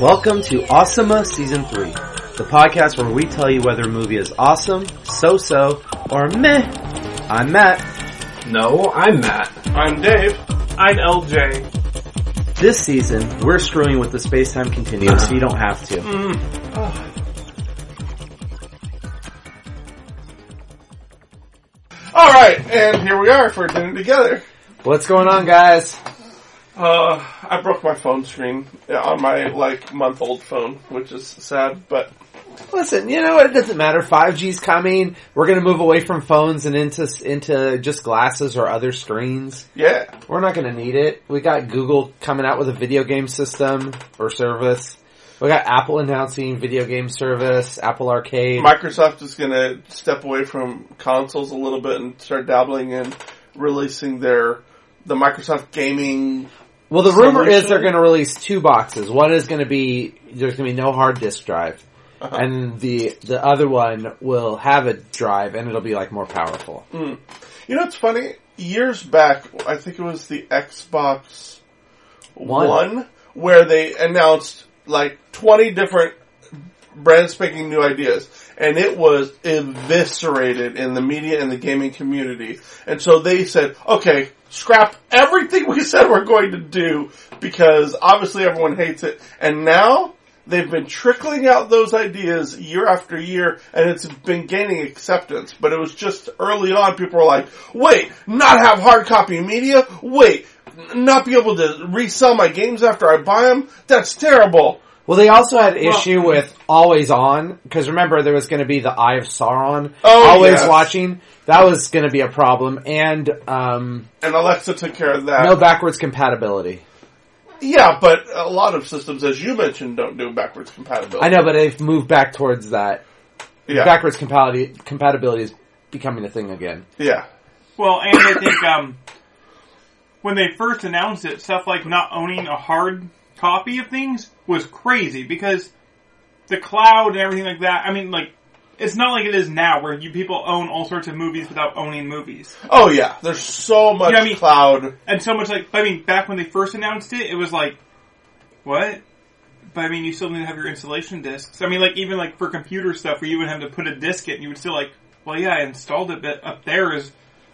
Welcome to Awesomea Season 3, the podcast where we tell you whether a movie is awesome, so-so, or meh. I'm Matt. No, I'm Matt. I'm Dave. I'm LJ. This season, we're screwing with the space-time continuum so you don't have to. All right, and here we are for dinner together. What's going on, guys? Uh, I broke my phone screen on my like month-old phone, which is sad, but Listen, you know what? It doesn't matter. 5G's coming. We're going to move away from phones and into into just glasses or other screens. yeah, We're not going to need it. We got Google coming out with a video game system or service. We got Apple announcing video game service, Apple Arcade. Microsoft is gonna step away from consoles a little bit and start dabbling in releasing their the Microsoft gaming. well, the rumor is Solution? they're going to release two boxes. One is going to be there's going to be no hard disk drive. Uh-huh. And the the other one will have a drive and it'll be like more powerful. You know, it's funny. Years back, I think it was the Xbox One. One where they announced like twenty different brand spanking new ideas, and it was eviscerated in the media and the gaming community. And so they said, okay, scrap everything we said we're going to do because obviously everyone hates it. And now they've been trickling out those ideas year after year and it's been gaining acceptance. But it was just early on people were like, wait, not have hard copy media? Wait, n- not be able to resell my games after I buy them? That's terrible. Well, they also had issue with always on because remember there was going to be the Eye of Sauron, Oh, always yes. watching. That was going to be a problem, and um, And Alexa took care of that. no backwards compatibility. Yeah, but a lot of systems, as you mentioned, don't do backwards compatibility. I know, but they've moved back towards that. Yeah, Backwards compatibility compatibility is becoming a thing again. yeah, Well, and I think um, when they first announced it, stuff like not owning a hard copy of things was crazy because the cloud and everything like that. I mean, like it's not like it is now where you people own all sorts of movies without owning movies. Oh yeah, there's so much Yeah, I mean- cloud. And so much like I mean, back when they first announced it, it was like what? But I mean, you still need to have your installation discs. I mean, like even like for computer stuff, where you would have to put a disk in, you would still like, well, yeah, I installed it, but up there is,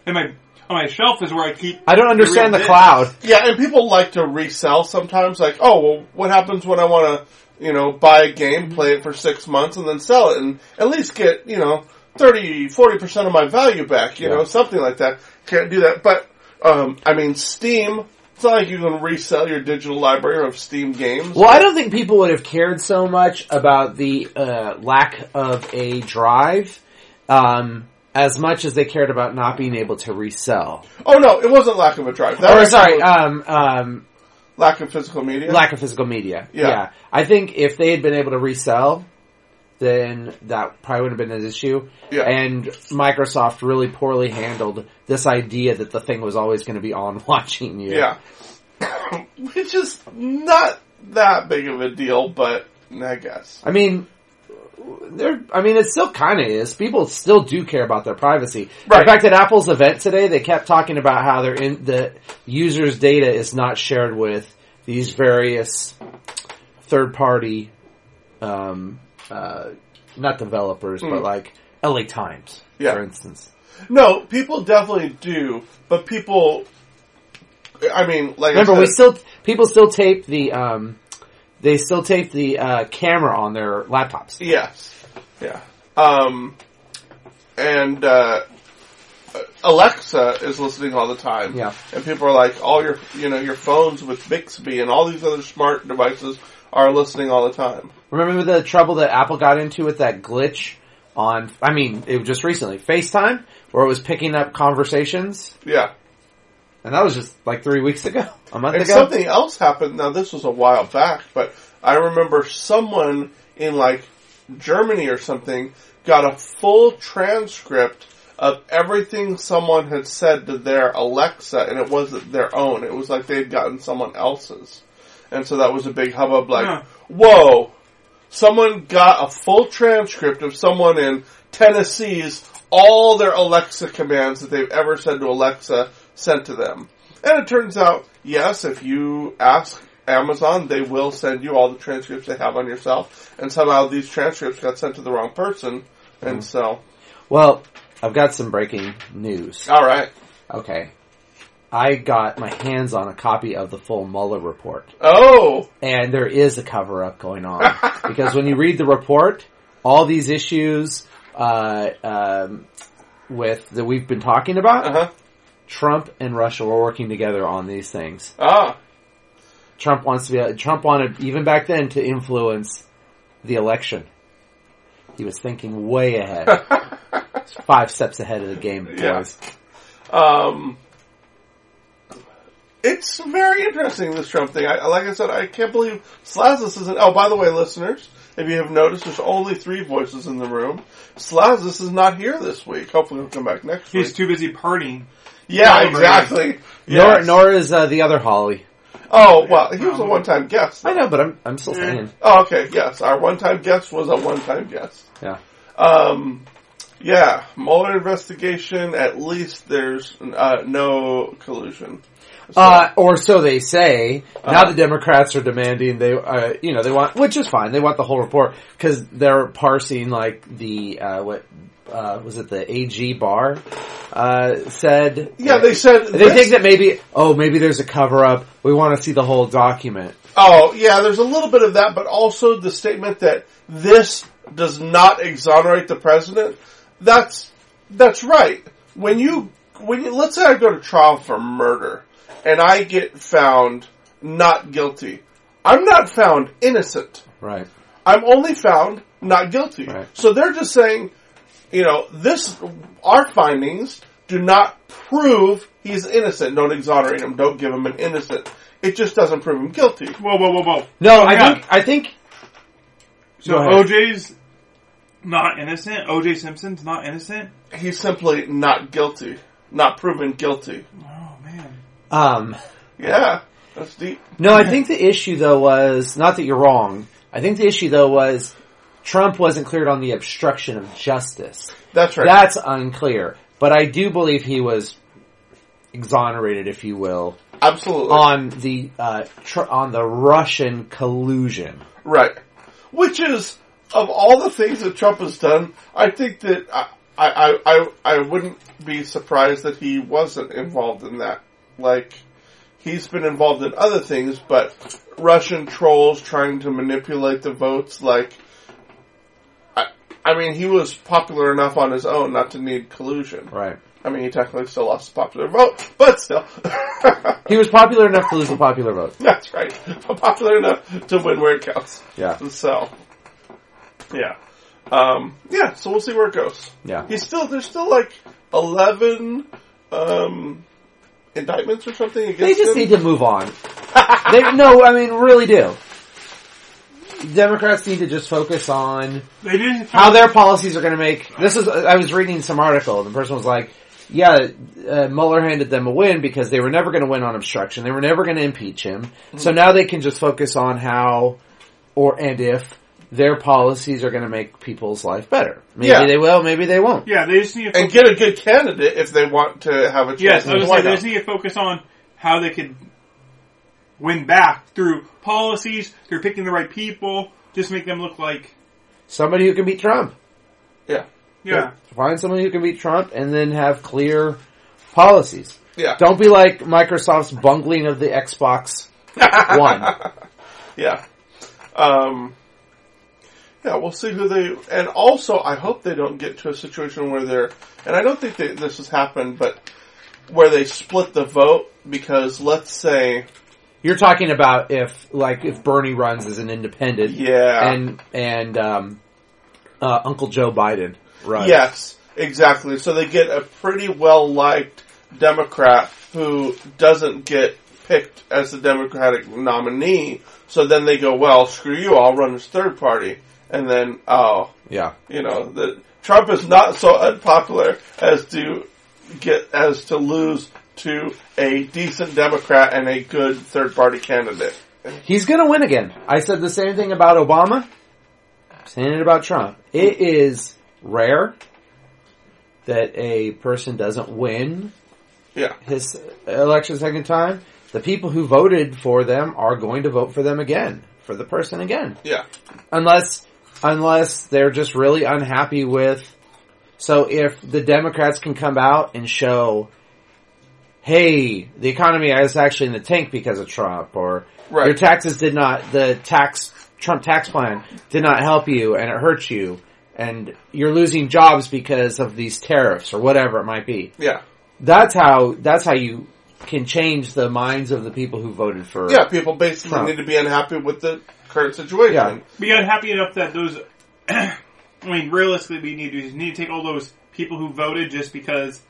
in my on my shelf is where I keep. I don't understand the real discs. cloud. Yeah, and people like to resell sometimes. Like, oh well, what happens when I want to, you know, buy a Mm-hmm. game, play it for six months, and then sell it, and at least get you know 30, 40 percent of my value back. You Yeah. know, something like that. Can't do that. But um, I mean, Steam. It's not like you can resell your digital library of Steam games. Well, I don't think people would have cared so much about the uh, lack of a drive um, as much as they cared about not being able to resell. Oh no, it wasn't lack of a drive. That Or was sorry, um, um, lack of physical media. lack of physical media. Yeah. I think if they had been able to resell, then that probably would have been an issue. Yeah. And Microsoft really poorly handled this idea that the thing was always going to be on watching you. Yeah. Which is not that big of a deal, but I guess. I mean, there. I mean, it still kind of is. People still do care about their privacy. Right. In fact, at Apple's event today, they kept talking about how their in the users' data is not shared with these various third-party, um, uh, not developers, but like LA Times, Hmm. Yeah. for instance. No, people definitely do, but people. I mean, like I Remember, we said- still people still tape the um, they still tape the uh, camera on their laptops. Yes. Yeah. Um, and uh, Alexa is listening all the time. Yeah. And people are like, all your you know your phones with Bixby and all these other smart devices are listening all the time. Remember the trouble that Apple got into with that glitch on, I mean, it was just recently, FaceTime, where it was picking up conversations? Yeah. And that was just like three weeks ago, a month And ago. something else happened. Now this was a while back, but I remember someone in like Germany or something got a full transcript of everything someone had said to their Alexa, and it wasn't their own. It was like they had gotten someone else's, and so that was a big hubbub. Like, Huh. whoa, someone got a full transcript of someone in Tennessee's all their Alexa commands that they've ever said to Alexa sent to them. And it turns out, yes, if you ask Amazon, they will send you all the transcripts they have on yourself. And somehow these transcripts got sent to the wrong person. And so, Well, I've got some breaking news. all right. Okay. I got my hands on a copy of the full Mueller report, Oh, and there is a cover up going on because when you read the report, all these issues uh, um, with that we've been talking about, uh huh. Trump and Russia were working together on these things. Ah, Trump wants to be. Trump wanted even back then to influence the election. He was thinking way ahead, five steps ahead of the game. Yeah. boys. Um, it's very interesting this Trump thing. I, like I said, I can't believe Slazis isn't. Oh, by the way, listeners, if you have noticed, there's only three voices in the room. Slazis is not here this week. Hopefully, he'll come back next He's week. too busy partying. Yeah, celebrating. exactly. Nor, Yes. nor is uh, the other Holly. Oh well, he was a one-time guest. I know, but I'm I'm still Yeah. saying. Oh, okay. Yes, our one-time guest was a one-time guest. Yeah. Um, yeah, Mueller investigation. At least there's uh, no collusion. So- Uh, or so they say. Now Uh-huh. the Democrats are demanding they, uh, you know, they want, which is fine. They want the whole report because they're parsing like the uh, what uh, was it the AG bar uh, said. yeah, they said They think that maybe oh maybe there's a cover up. We want to see the whole document. Oh, yeah, there's a little bit of that, but also the statement that this does not exonerate the president. That's, that's right. When you, when you, let's say I go to trial for murder and I get found not guilty. I'm not found innocent. Right. I'm only found not guilty. Right. So they're just saying, you know, this, our findings do not prove he's innocent. Don't exonerate him. Don't give him an innocent. It just doesn't prove him guilty. Whoa, whoa, whoa, whoa. No, I yeah. think I think So Go ahead. OJ's not innocent. OJ Simpson's not innocent. He's simply not guilty, not proven guilty. Oh man. um Yeah, that's deep. no, I think the issue though was not that you're wrong. I think the issue though was Trump wasn't cleared on the obstruction of justice. That's right. That's unclear. But I do believe he was exonerated, if you will, Absolutely on the uh, tr- on the Russian collusion. right. Which is of all the things that Trump has done, I think that I I I, I wouldn't be surprised that he wasn't involved in that. Like he's been involved in other things, but Russian trolls trying to manipulate the votes, like. I I mean, he was popular enough on his own not to need collusion. Right. I mean, he technically still lost his popular vote, but still. He was popular enough to lose the popular vote. That's right. Popular enough to win where it counts. Yeah. So, yeah. Um, yeah, so we'll see where it goes. Yeah. He's still, there's still like 11, um, indictments or something against They just him. need to move on. They no, I mean, really do. Democrats need to just focus on They didn't. how their policies are going to make. This is. I was reading some article, and the person was like, "Yeah, uh, Mueller handed them a win because they were never going to win on obstruction. They were never going to impeach him. So now they can just focus on how, or and if their policies are going to make people's life better. Maybe Yeah. they will. Maybe they won't. yeah, they just need to. and Focus, get a good candidate if they want to have a chance. yes, in I was the saying White they House. just need to focus on how they could win back through policies. They're picking the right people. Just make them look like Somebody who can beat Trump. yeah. yeah. Find someone who can beat Trump, and then have clear policies. Yeah. Don't be like Microsoft's bungling of the Xbox One. Yeah. Um, yeah, we'll see who they. And also, I hope they don't get to a situation where they're. And I don't think that this has happened, but where they split the vote because let's say, You're talking about if, like, if Bernie runs as an independent, yeah, and and um, uh, Uncle Joe Biden runs. yes, exactly. So they get a pretty well liked Democrat who doesn't get picked as the Democratic nominee. So then they go, well, screw you, I'll run as third party, and then oh, yeah, you know that Trump is not so unpopular as to get as to lose to a decent Democrat and a good third party candidate. he's gonna win again. I said the same thing about Obama, saying it about Trump. It is rare that a person doesn't win Yeah. his election a second time, the people who voted for them are going to vote for them again, for the person again. Yeah. Unless, unless they're just really unhappy with, so if the Democrats can come out and show, hey, the economy is actually in the tank because of Trump, or Right. your taxes did not, the tax, Trump tax plan did not help you and it hurts you, and you're losing jobs because of these tariffs or whatever it might be Yeah. that's how that's how you can change the minds of the people who voted for Yeah, people basically Trump. need to be unhappy with the current situation. Yeah. be unhappy enough that those. I mean, realistically, we need to we need to take all those people who voted just because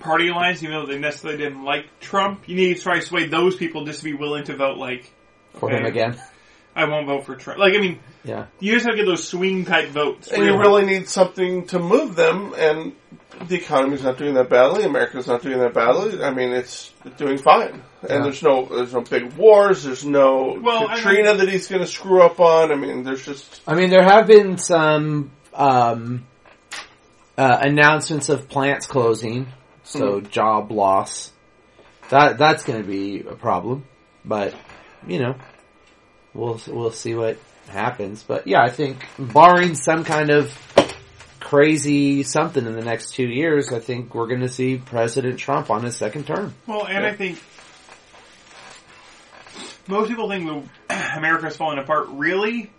party lines, even though they necessarily didn't like Trump. You need to try to sway those people just to be willing to vote. Like, for him Okay. again. I won't vote for Trump. Like, I mean, Yeah. you just have to get those swing type votes. And you really need something to move them, and the economy's not doing that badly. America's not doing that badly. I mean, it's doing fine, and Yeah. there's no there's no big wars. There's no Well, I Katrina that he's going to screw up on. I mean, there's just I mean, there have been some um, uh, announcements of plants closing, so job loss. That that's going to be a problem, but you know, we'll we'll see what happens. But yeah, I think barring some kind of crazy something in the next two years, I think we're going to see President Trump on his second term. Well, and I think most people think that America's falling apart really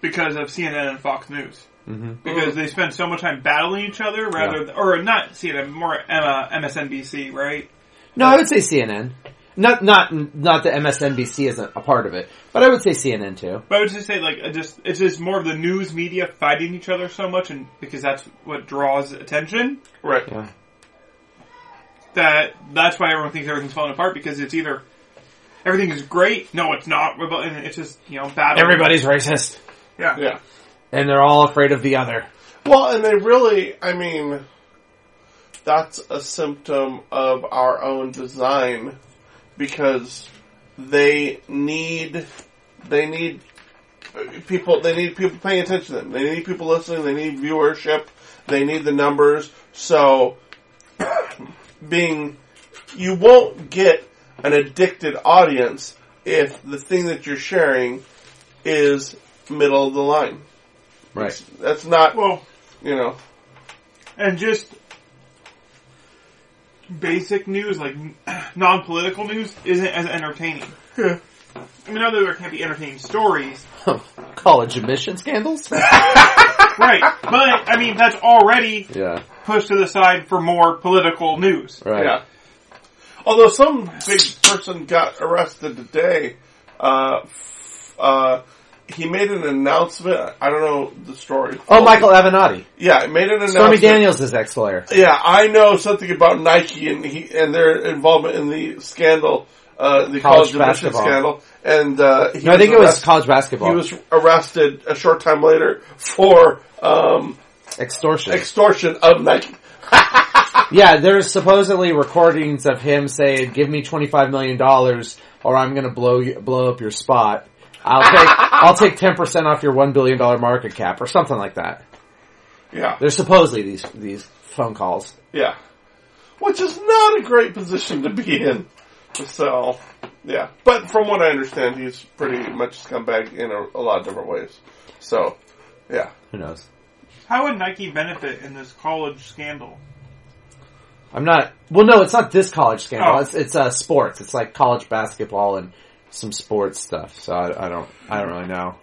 because of CNN and Fox News. Mm-hmm. Because they spend so much time battling each other rather, Yeah. th- or not CNN, more uh, MSNBC, right? No, I would say CNN. Not not not that MSNBC isn't a part of it, but I would say CNN too. But I would just say like, it just it's just more of the news media fighting each other so much, and because that's what draws attention. right. Yeah. that that's why everyone thinks everything's falling apart because it's either everything is great, no, it's not. We're bo- and It's just you know Oh. bad. Everybody's racist, yeah. Yeah. and they're all afraid of the other. Well, and they really, I mean, that's a symptom of our own design because they need, they need people, they need people paying attention to them. They need people listening. They need viewership. They need the numbers. So being, you won't get an addicted audience if the thing that you're sharing is middle of the line. Right. That's not, Well, you know. and just basic news like non-political news isn't as entertaining. I mean, not that there can't be entertaining stories, College admission scandals. right? But I mean, that's already yeah. pushed to the side for more political news. Right. Yeah. Although some big person got arrested today, uh, f- uh, he made an announcement. I don't know the story. Oh, Michael Avenatti, Yeah, he made an Stormy announcement. Daniels' is ex-lawyer. Yeah, I know something about Nike and he, and their involvement in the scandal, uh, the College college, admission basketball. scandal. And uh, he No, I think it was arrested- college basketball He was arrested a short time later for um, extortion. extortion of Nike. yeah, there's supposedly recordings of him saying, "Give me twenty five million dollars, or I'm going to blow you, blow up your spot. I'll take I'll take ten percent off your one billion dollar market cap, or something like that." Yeah, There's supposedly these these phone calls. yeah, which is not a great position to be in. So, yeah. But from what I understand, he's pretty much a scumbag in a, a lot of different ways. So, yeah. Who knows? How would Nike benefit in this college scandal? I'm not. Well, no, it's not this college scandal. Oh. It's it's uh, sports. It's like college basketball and some sports stuff. So I, I don't I don't really know.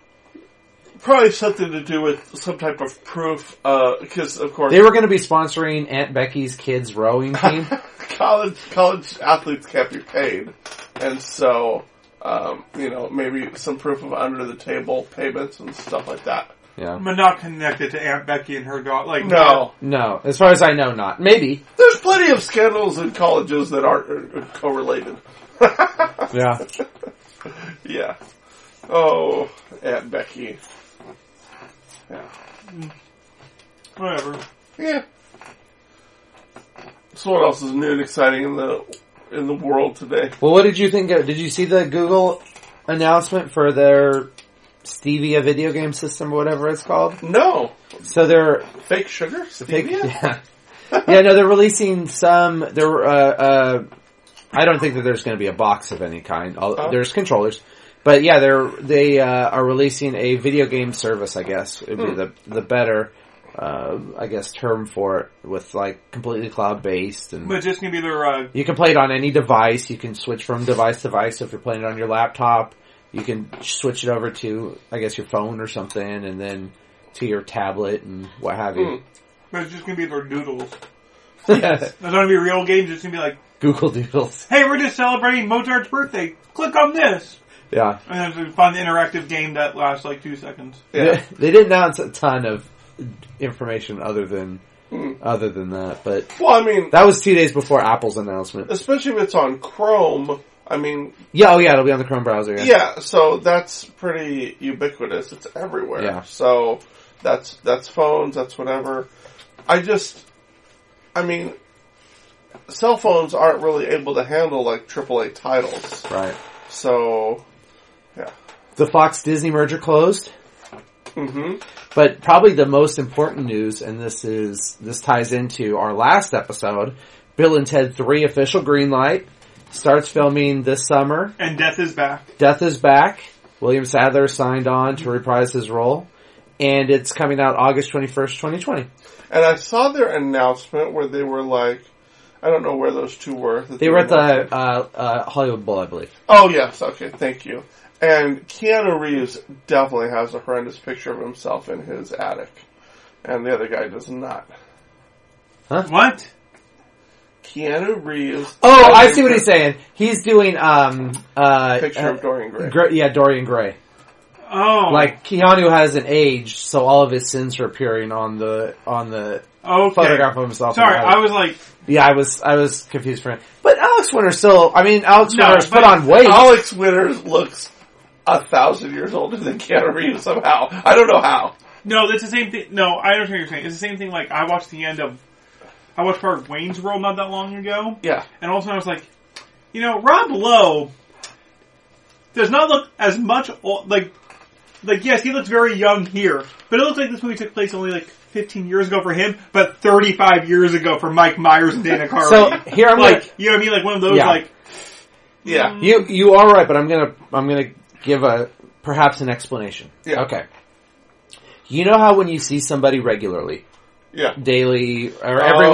Probably something to do with some type of proof, because of course, They were going to be sponsoring Aunt Becky's kids rowing team. college college athletes can't be paid, and so um, you know maybe some proof of under the table payments and stuff like that. yeah. But not connected to Aunt Becky and her daughter. Like No, No, as far as I know, not maybe. there's plenty of scandals in colleges that aren't uh, correlated. Yeah. Yeah. Oh, Aunt Becky. Yeah. whatever. Yeah. So what else is new and exciting in the in the world today? Well, what did you think? Of, did you see the Google announcement for their stevia video game system or whatever it's called. No. So they're Fake sugar? Stevia? they- yeah. yeah, no, they're releasing some. They're uh, uh, I don't think that there's going to be a box of any kind. Al- Oh. There's controllers, but yeah, they're they uh, are releasing a video game service. I guess would be the the better. Uh, I guess term for it with like completely cloud based and But it's just gonna be their uh, you can play it on any device. You can switch from device to device. So if you're playing it on your laptop, you can switch it over to, I guess, your phone or something, and then to your tablet and what have you. but it's just gonna be their doodles. There's not gonna be real games. It's gonna be like, Google Doodles. hey, we're just celebrating Mozart's birthday. Click on this, Yeah. and it's a fun interactive game that lasts like two seconds. Yeah. They, they didn't announce a ton of information other than other than that, but Hmm. Well, I mean, that was two days before Apple's announcement. especially if it's on Chrome. I mean, Yeah, oh yeah, it'll be on the Chrome browser. Yeah. yeah, so that's pretty ubiquitous. It's everywhere. Yeah. So that's that's phones, that's whatever. I just I mean cell phones aren't really able to handle like AAA titles. Right. So yeah. The Fox Disney merger closed. Mm-hmm. Mhm. But probably the most important news, and this is this ties into our last episode, Bill and Ted Three official green light starts filming this summer. And death is back. Death is back. William Sadler signed on to reprise his role, and it's coming out August twenty first, twenty twenty. And I saw their announcement where they were like I don't know where those two were. that They were at the working. uh, uh, Hollywood Bowl, I believe. Oh yes, okay, thank you. And Keanu Reeves definitely has a horrendous picture of himself in his attic. And the other guy does not. What? Keanu Reeves. Oh, has I a see what pic- he's saying. He's doing um uh, Picture of Dorian Gray. Gr- yeah Dorian Gray. Oh, Like Keanu hasn't aged, so all of his sins are appearing on the on the okay. photograph of himself. Sorry, in the I attic. was like, yeah, I was I was confused for him. But Alex Winter still. I mean, Alex No, Winter's but put on weight. Alex Winters looks a thousand years older than Keanu Reeves somehow. I don't know how. no, that's the same thing. No, I understand what you're saying. It's the same thing. Like I watched the end of, I watched part of Wayne's World not that long ago, Yeah. and also I was like, you know, Rob Lowe does not look as much ol- like like yes, he looks very young here, but it looks like this movie took place only like 15 years ago for him, but 35 years ago for Mike Myers and Dana Carvey. So here I'm like, like- you know what I mean? Like one of those Yeah. like Yeah. You you are right, but I'm gonna I'm gonna give a perhaps an explanation. Yeah. Okay. You know how when you see somebody regularly, Yeah. daily or every Oh.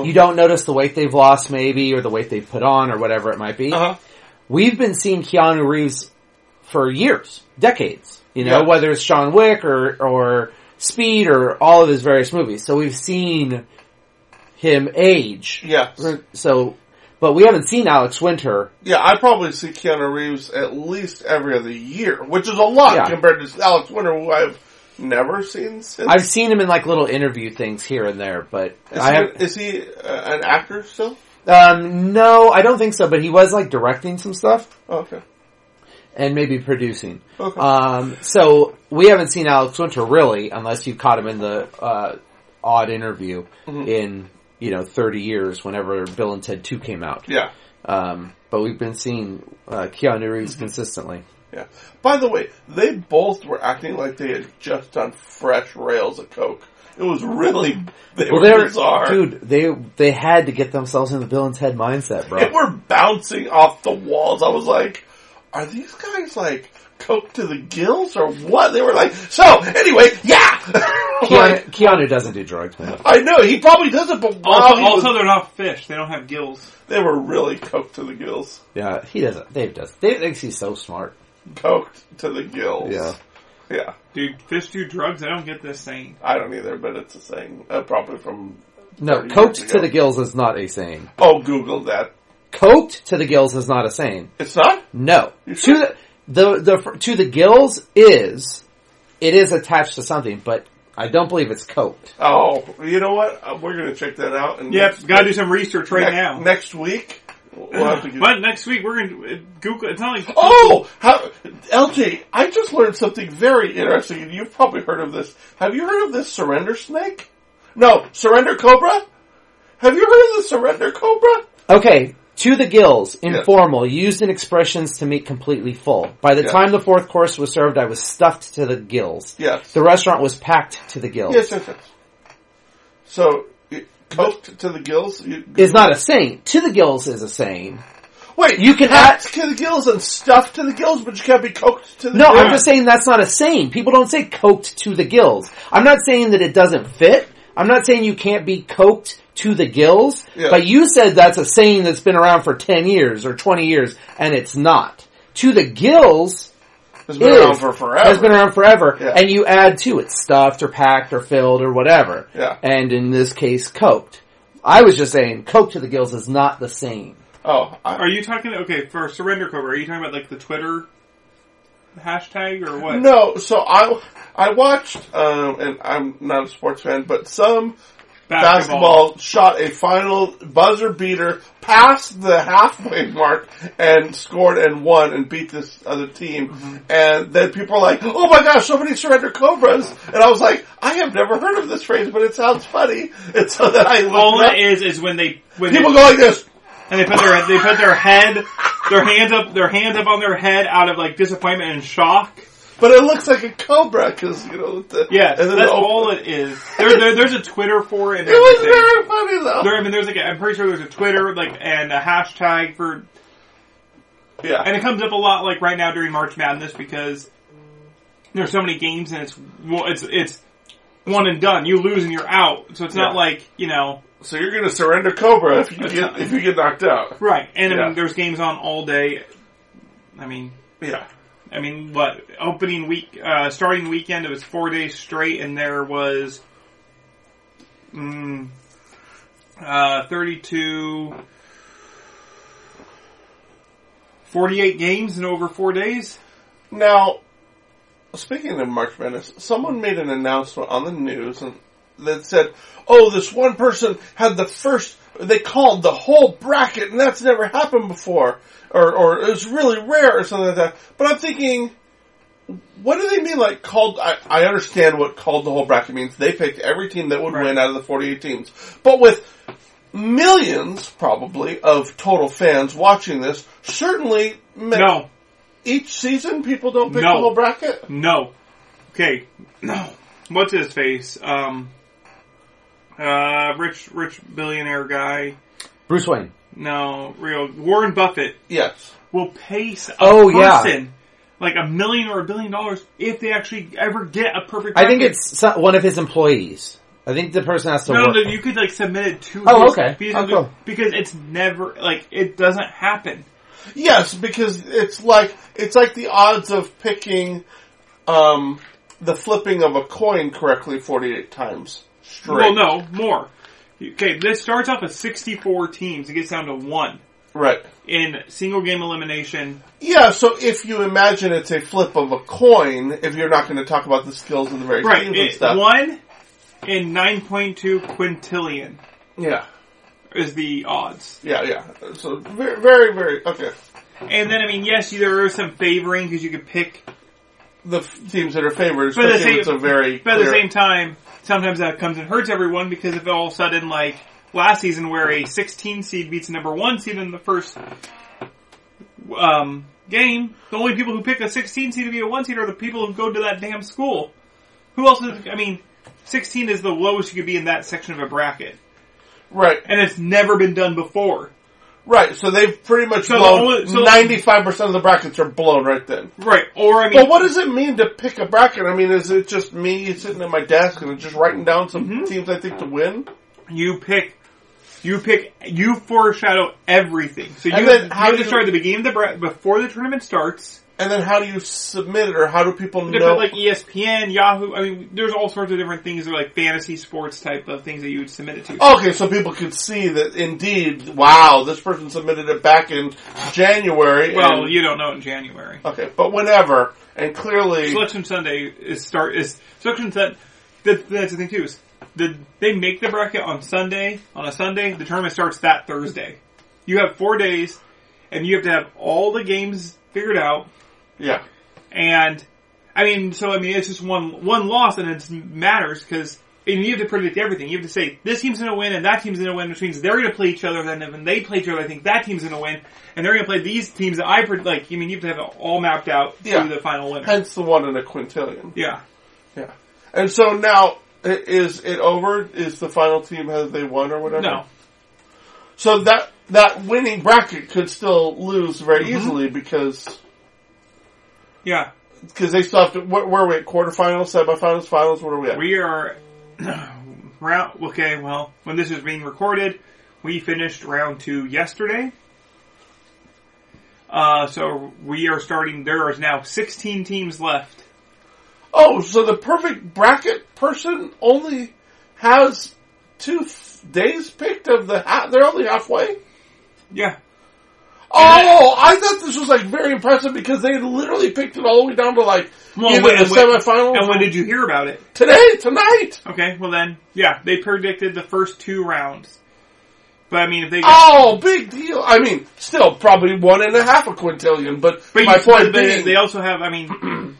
week, you don't notice the weight they've lost, maybe, or the weight they've put on, or whatever it might be. Uh-huh. We've been seeing Keanu Reeves for years, decades. You know, Yeah. whether it's Sean Wick or or Speed or all of his various movies. So we've seen him age. Yeah. So, but we haven't seen Alex Winter. Yeah, I probably see Keanu Reeves at least every other year, which is a lot Yeah. compared to Alex Winter, who I've never seen since. I've seen him in like little interview things here and there, but is, I he, have is he uh, an actor still? um, no, I don't think so. But he was like directing some stuff. Oh, okay. and maybe producing. Okay. Um, so we haven't seen Alex Winter really, unless you caught him in the uh, odd interview Mm-hmm. in you know thirty years, whenever Bill and Ted Two came out. Yeah. Um, but we've been seeing uh, Keanu Reeves Mm-hmm. consistently. Yeah. By the way, they both were acting like they had just done fresh rails of coke. It was really they Well, were they're bizarre. dude. They they had to get themselves in the Bill and Ted mindset, bro. They were bouncing off the walls. I was like, are these guys like coke to the gills or what? They were like, so anyway, yeah. Keanu, Like, Keanu doesn't do drugs, man. I know he probably doesn't, but wow, also, he was- also they're not fish. They don't have gills. they were really coked to the gills, Yeah, he doesn't. Dave does. Dave thinks he's so smart. coked to the gills. yeah. Dude, fish do drugs. I don't get this saying. I don't either, but it's a saying, uh, probably from. No, 30 years coked ago. to the gills is not a saying. Oh, Google that. Coked to the gills is not a saying. It's not. No. You To the, the the to the gills is it is attached to something, but I don't believe it's coked. Oh, you know what? Uh, We're gonna check that out. And Yep, gotta do some research right next, now. Next week, we'll have to get. But next week we're gonna uh, Google. It's not like Oh, how, LJ, I just learned something very interesting, and you've probably heard of this. Have you heard of this surrender snake? No, surrender cobra. Have you heard of the surrender cobra? Okay, To the gills, Yes. informal, used in expressions to meet completely full. By the Yeah. time the fourth course was served, I was stuffed to the gills. Yes. The restaurant was packed to the gills. Yes, yes, yes. So, you- cooked to the gills? You, Is not a saying. To the gills is a saying. Wait, you can packed to the gills and stuffed to the gills, but you can't be cooked to the No, gills. I'm just saying that's not a saying. People don't say coked to the gills. I'm not saying that it doesn't fit. I'm not saying you can't be coked to the gills, Yeah. but you said that's a saying that's been around for 10 years or 20 years, and it's not. To the gills It's been is, around for forever. has been around forever, Yeah. and you add to it stuffed or packed or filled or whatever. Yeah. And in this case, coked. I was just saying, coked to the gills is not the same. Oh, I, Are you talking okay for surrender cover? Are you talking about like the Twitter hashtag or what? no. So I I watched, um, and I'm not a sports fan, but some basketball shot a final buzzer beater past the halfway mark and scored and won and beat this other team. Mm-hmm. And then people are like, oh my gosh, so many surrender cobras. And I was like, I have never heard of this phrase, but it sounds funny. And so then I All looked it it up. is is when they when People they, go like this. and they put their they put their head their hands up their hands up on their head out of like disappointment and shock. But it looks like a cobra because, you know, the, Yes, and then that's the- all it is. There, there, there's a Twitter for it. And It was everything. very funny though. There, I mean, there's like a, I'm pretty sure there's a Twitter like and a hashtag for, yeah. and it comes up a lot like right now during March Madness because there's so many games and it's well, it's it's one and done. You lose and you're out. So it's not Yeah. like you know so you're going to surrender cobra if you get, if you get knocked out. right. And I mean, Yeah. there's games on all day. I mean, Yeah. I mean, what opening week, uh, starting weekend, it was four days straight, and there was mm, uh, 32, 48 games in over four days. Now, speaking of March Madness, someone made an announcement on the news and that said, "Oh, this one person had the first. They called the whole bracket, and that's never happened before, or or it was really rare, or something like that." But I'm thinking. What do they mean? Like called? I, I understand what called the whole bracket means. They picked every team that would Right. win out of the forty-eight teams, but with millions probably of total fans watching this, certainly ma- No, each season people don't pick No. the whole bracket? no. Okay, no. What's his face? Um, uh, rich, rich billionaire guy. Bruce Wayne. No, real Warren Buffett Yes. will pay s- a Oh, yeah. person like a million or a billion dollars if they actually ever get a perfect. I think record. it's so- one of his employees. I think the person has to no, work. no, you could like submit it to. Oh, his- okay. Because, Oh, cool. because it's never like it doesn't happen. Yes, because it's like it's like the odds of picking um the flipping of a coin correctly forty eight times straight. Well, no more. Okay, this starts off with sixty-four teams. It gets down to one Right. in single game elimination. Yeah, so if you imagine it's a flip of a coin, if you're not going to talk about the skills of the various Right, teams and it- stuff. one in nine point two quintillion yeah. is the odds. Yeah, yeah. So very, very, very okay. And then I mean, yes, you- there are some favoring because you could pick The f- teams that are favored, But at the especially if it's same- a very But at the clear- same time, sometimes that comes and hurts everyone because if all of a sudden, like last season, where a 16 seed beats a number one seed in the first um, game, the only people who pick a 16 seed to be a one seed are the people who go to that damn school. Who else? Is, I mean, 16 is the lowest you could be in that section of a bracket, right, and it's never been done before. right. So they've pretty much So the only- so- blown ninety five percent of the brackets are blown right then. Right? Or I mean, But what does it mean to pick a bracket? I mean, is it just me sitting at my desk and just writing down some Mm-hmm. teams I think to win? you pick you pick you foreshadow everything. So you And then how you do you- decide at the beginning of the bra- before the tournament starts. And then how do you submit it, or how do people Different know? like E ESPN, Yahoo. I mean, there's all sorts of different things that are like fantasy sports type of things that you would submit it to. okay, so people could see that indeed. Wow, this person submitted it back in January. well, and- you don't know in January. okay, but whenever, and clearly, Selection Sunday is start is selection Sun. That, that's the thing too is the, they make the bracket on Sunday. On a Sunday, the tournament starts that Thursday. You have four days, and you have to have all the games figured out. yeah, And I mean, so I mean, it's just one one loss, and it matters because and you have to predict everything. You have to say this team's going to win and that team's going to win, which means they're going to play each other. Then when they play each other, I think that team's going to win, and they're going to play these teams that I pred- like. I mean, you have to have it all mapped out Yeah. to the final winner. Hence the one in a quintillion. yeah, Yeah. And so now, i- is it over? Is the final team, has they won or whatever? no, So that, that winning bracket could still lose very Mm-hmm. easily because, yeah, because they still have to, where, where are we at? Quarterfinals, semifinals, finals, where are we at? we are round. Okay, well, when this is being recorded, we finished round two yesterday. Uh, so we are starting. There is now 16 teams left. oh, so the perfect bracket person only has two f- days picked of the, ha- they're only halfway? Yeah, Oh, I thought this was like very impressive because they literally picked it all the way down to like Well, either when- the and when- semifinals and when did you hear about it? today, tonight. Okay, well then, yeah, they predicted the first two rounds. But I mean, if they, Oh, big deal. I mean, still probably one and a half a quintillion, but, but my you, point they, being, they they, also have. I mean,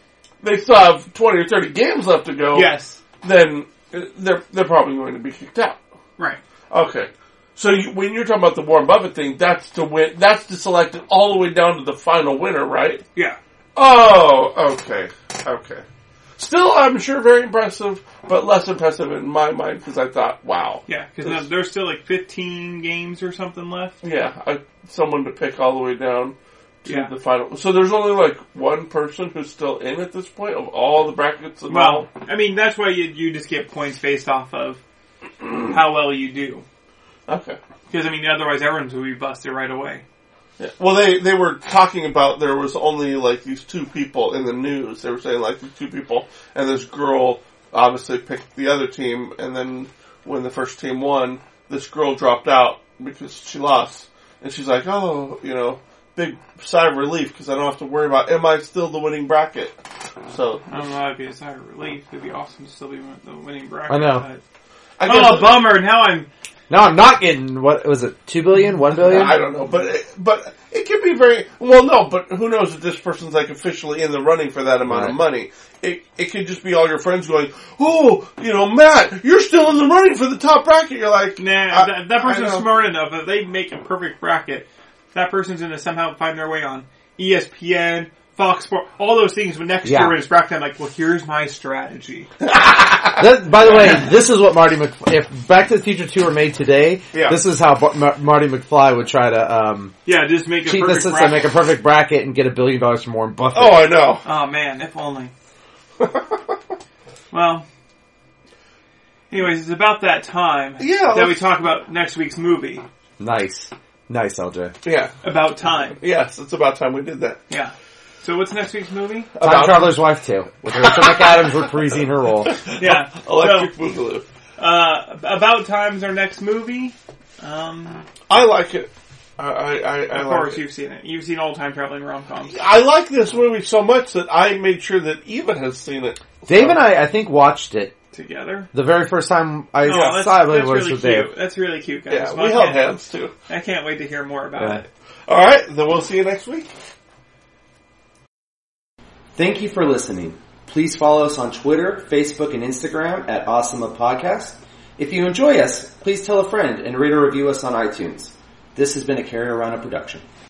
still have twenty or thirty games left to go. yes, then uh, they're they're probably going to be kicked out. right, Okay, so you, when you're talking about the Warren Buffett thing, that's to win. That's to select it all the way down to the final winner, right? yeah, Oh, okay, okay. Still, I'm sure very impressive, but less impressive in my mind because I thought, wow, yeah, because there's still like 15 games or something left. yeah, I, someone to pick all the way down to Yeah. the final. So there's only like one person who's still in at this point of all the brackets. And Well, all. I mean, that's why you you just get points based off of how well you do. okay. Because I mean, otherwise everyone's would be busted right away. Yeah. Well, they they were talking about there was only like these two people in the news. They were saying like these two people, and this girl obviously picked the other team, and then when the first team won, this girl dropped out because she lost, and she's like, oh, you know, big sigh of relief because I don't have to worry about am I still the winning bracket. So I don't know. It'd be a sigh of relief. It'd be awesome to still be in the winning bracket. I know. but- I Oh, bummer! Now I'm No, I'm not getting what was it? Two billion? One billion? I don't know, but it, but it can be very well. No, but who knows if this person's like officially in the running for that amount of Right. money? It it could just be all your friends going, oh, you know, Matt, you're still in the running for the top bracket. You're like, Nah, I- that, that I person's know. smart enough that they make a perfect bracket. That person's going to somehow find their way on E ESPN, Fox Sports, all those things. But next Yeah. year when it's bracket, I'm like, well, here's my strategy. That- by the way, this is what Marty Mc, if Back to the Future 2 were made today, Yeah. this is how Bar- Mar- Marty McFly would try to um, Yeah, just make a cheat the perfect system, bracket. make a perfect bracket, and get a billion dollars from Warren Buffett. Oh, I know. oh man, if only. well, anyways, it's about that time Yeah, that we let's- talk about next week's movie. Nice. Nice, LJ. Yeah. About time. Yes, it's about time we did that. Yeah. So what's next week's movie? Time Traveler's Wife 2, with Rachel McAdams reprising her role. Yeah. Electric So, Boogaloo. uh, about time's our next movie. Um, I like it. I I, I, I Of like course, it. you've seen it. You've seen old time traveling rom coms. I like this movie so much that I made sure that Eva has seen it. Dave and I, I think, watched it together. the very first time I Oh, that's, saw it, it that's was really with cute. Dave. That's really cute, guys. Yeah, Well, we I, held can't, hands too. I can't wait to hear more about Yeah. it. All right, then we'll see you next week. Thank you for listening. Please follow us on Twitter, Facebook, and Instagram at Awesome Podcast. If you enjoy us, please tell a friend and rate or review us on iTunes. This has been a Carrier Rana production.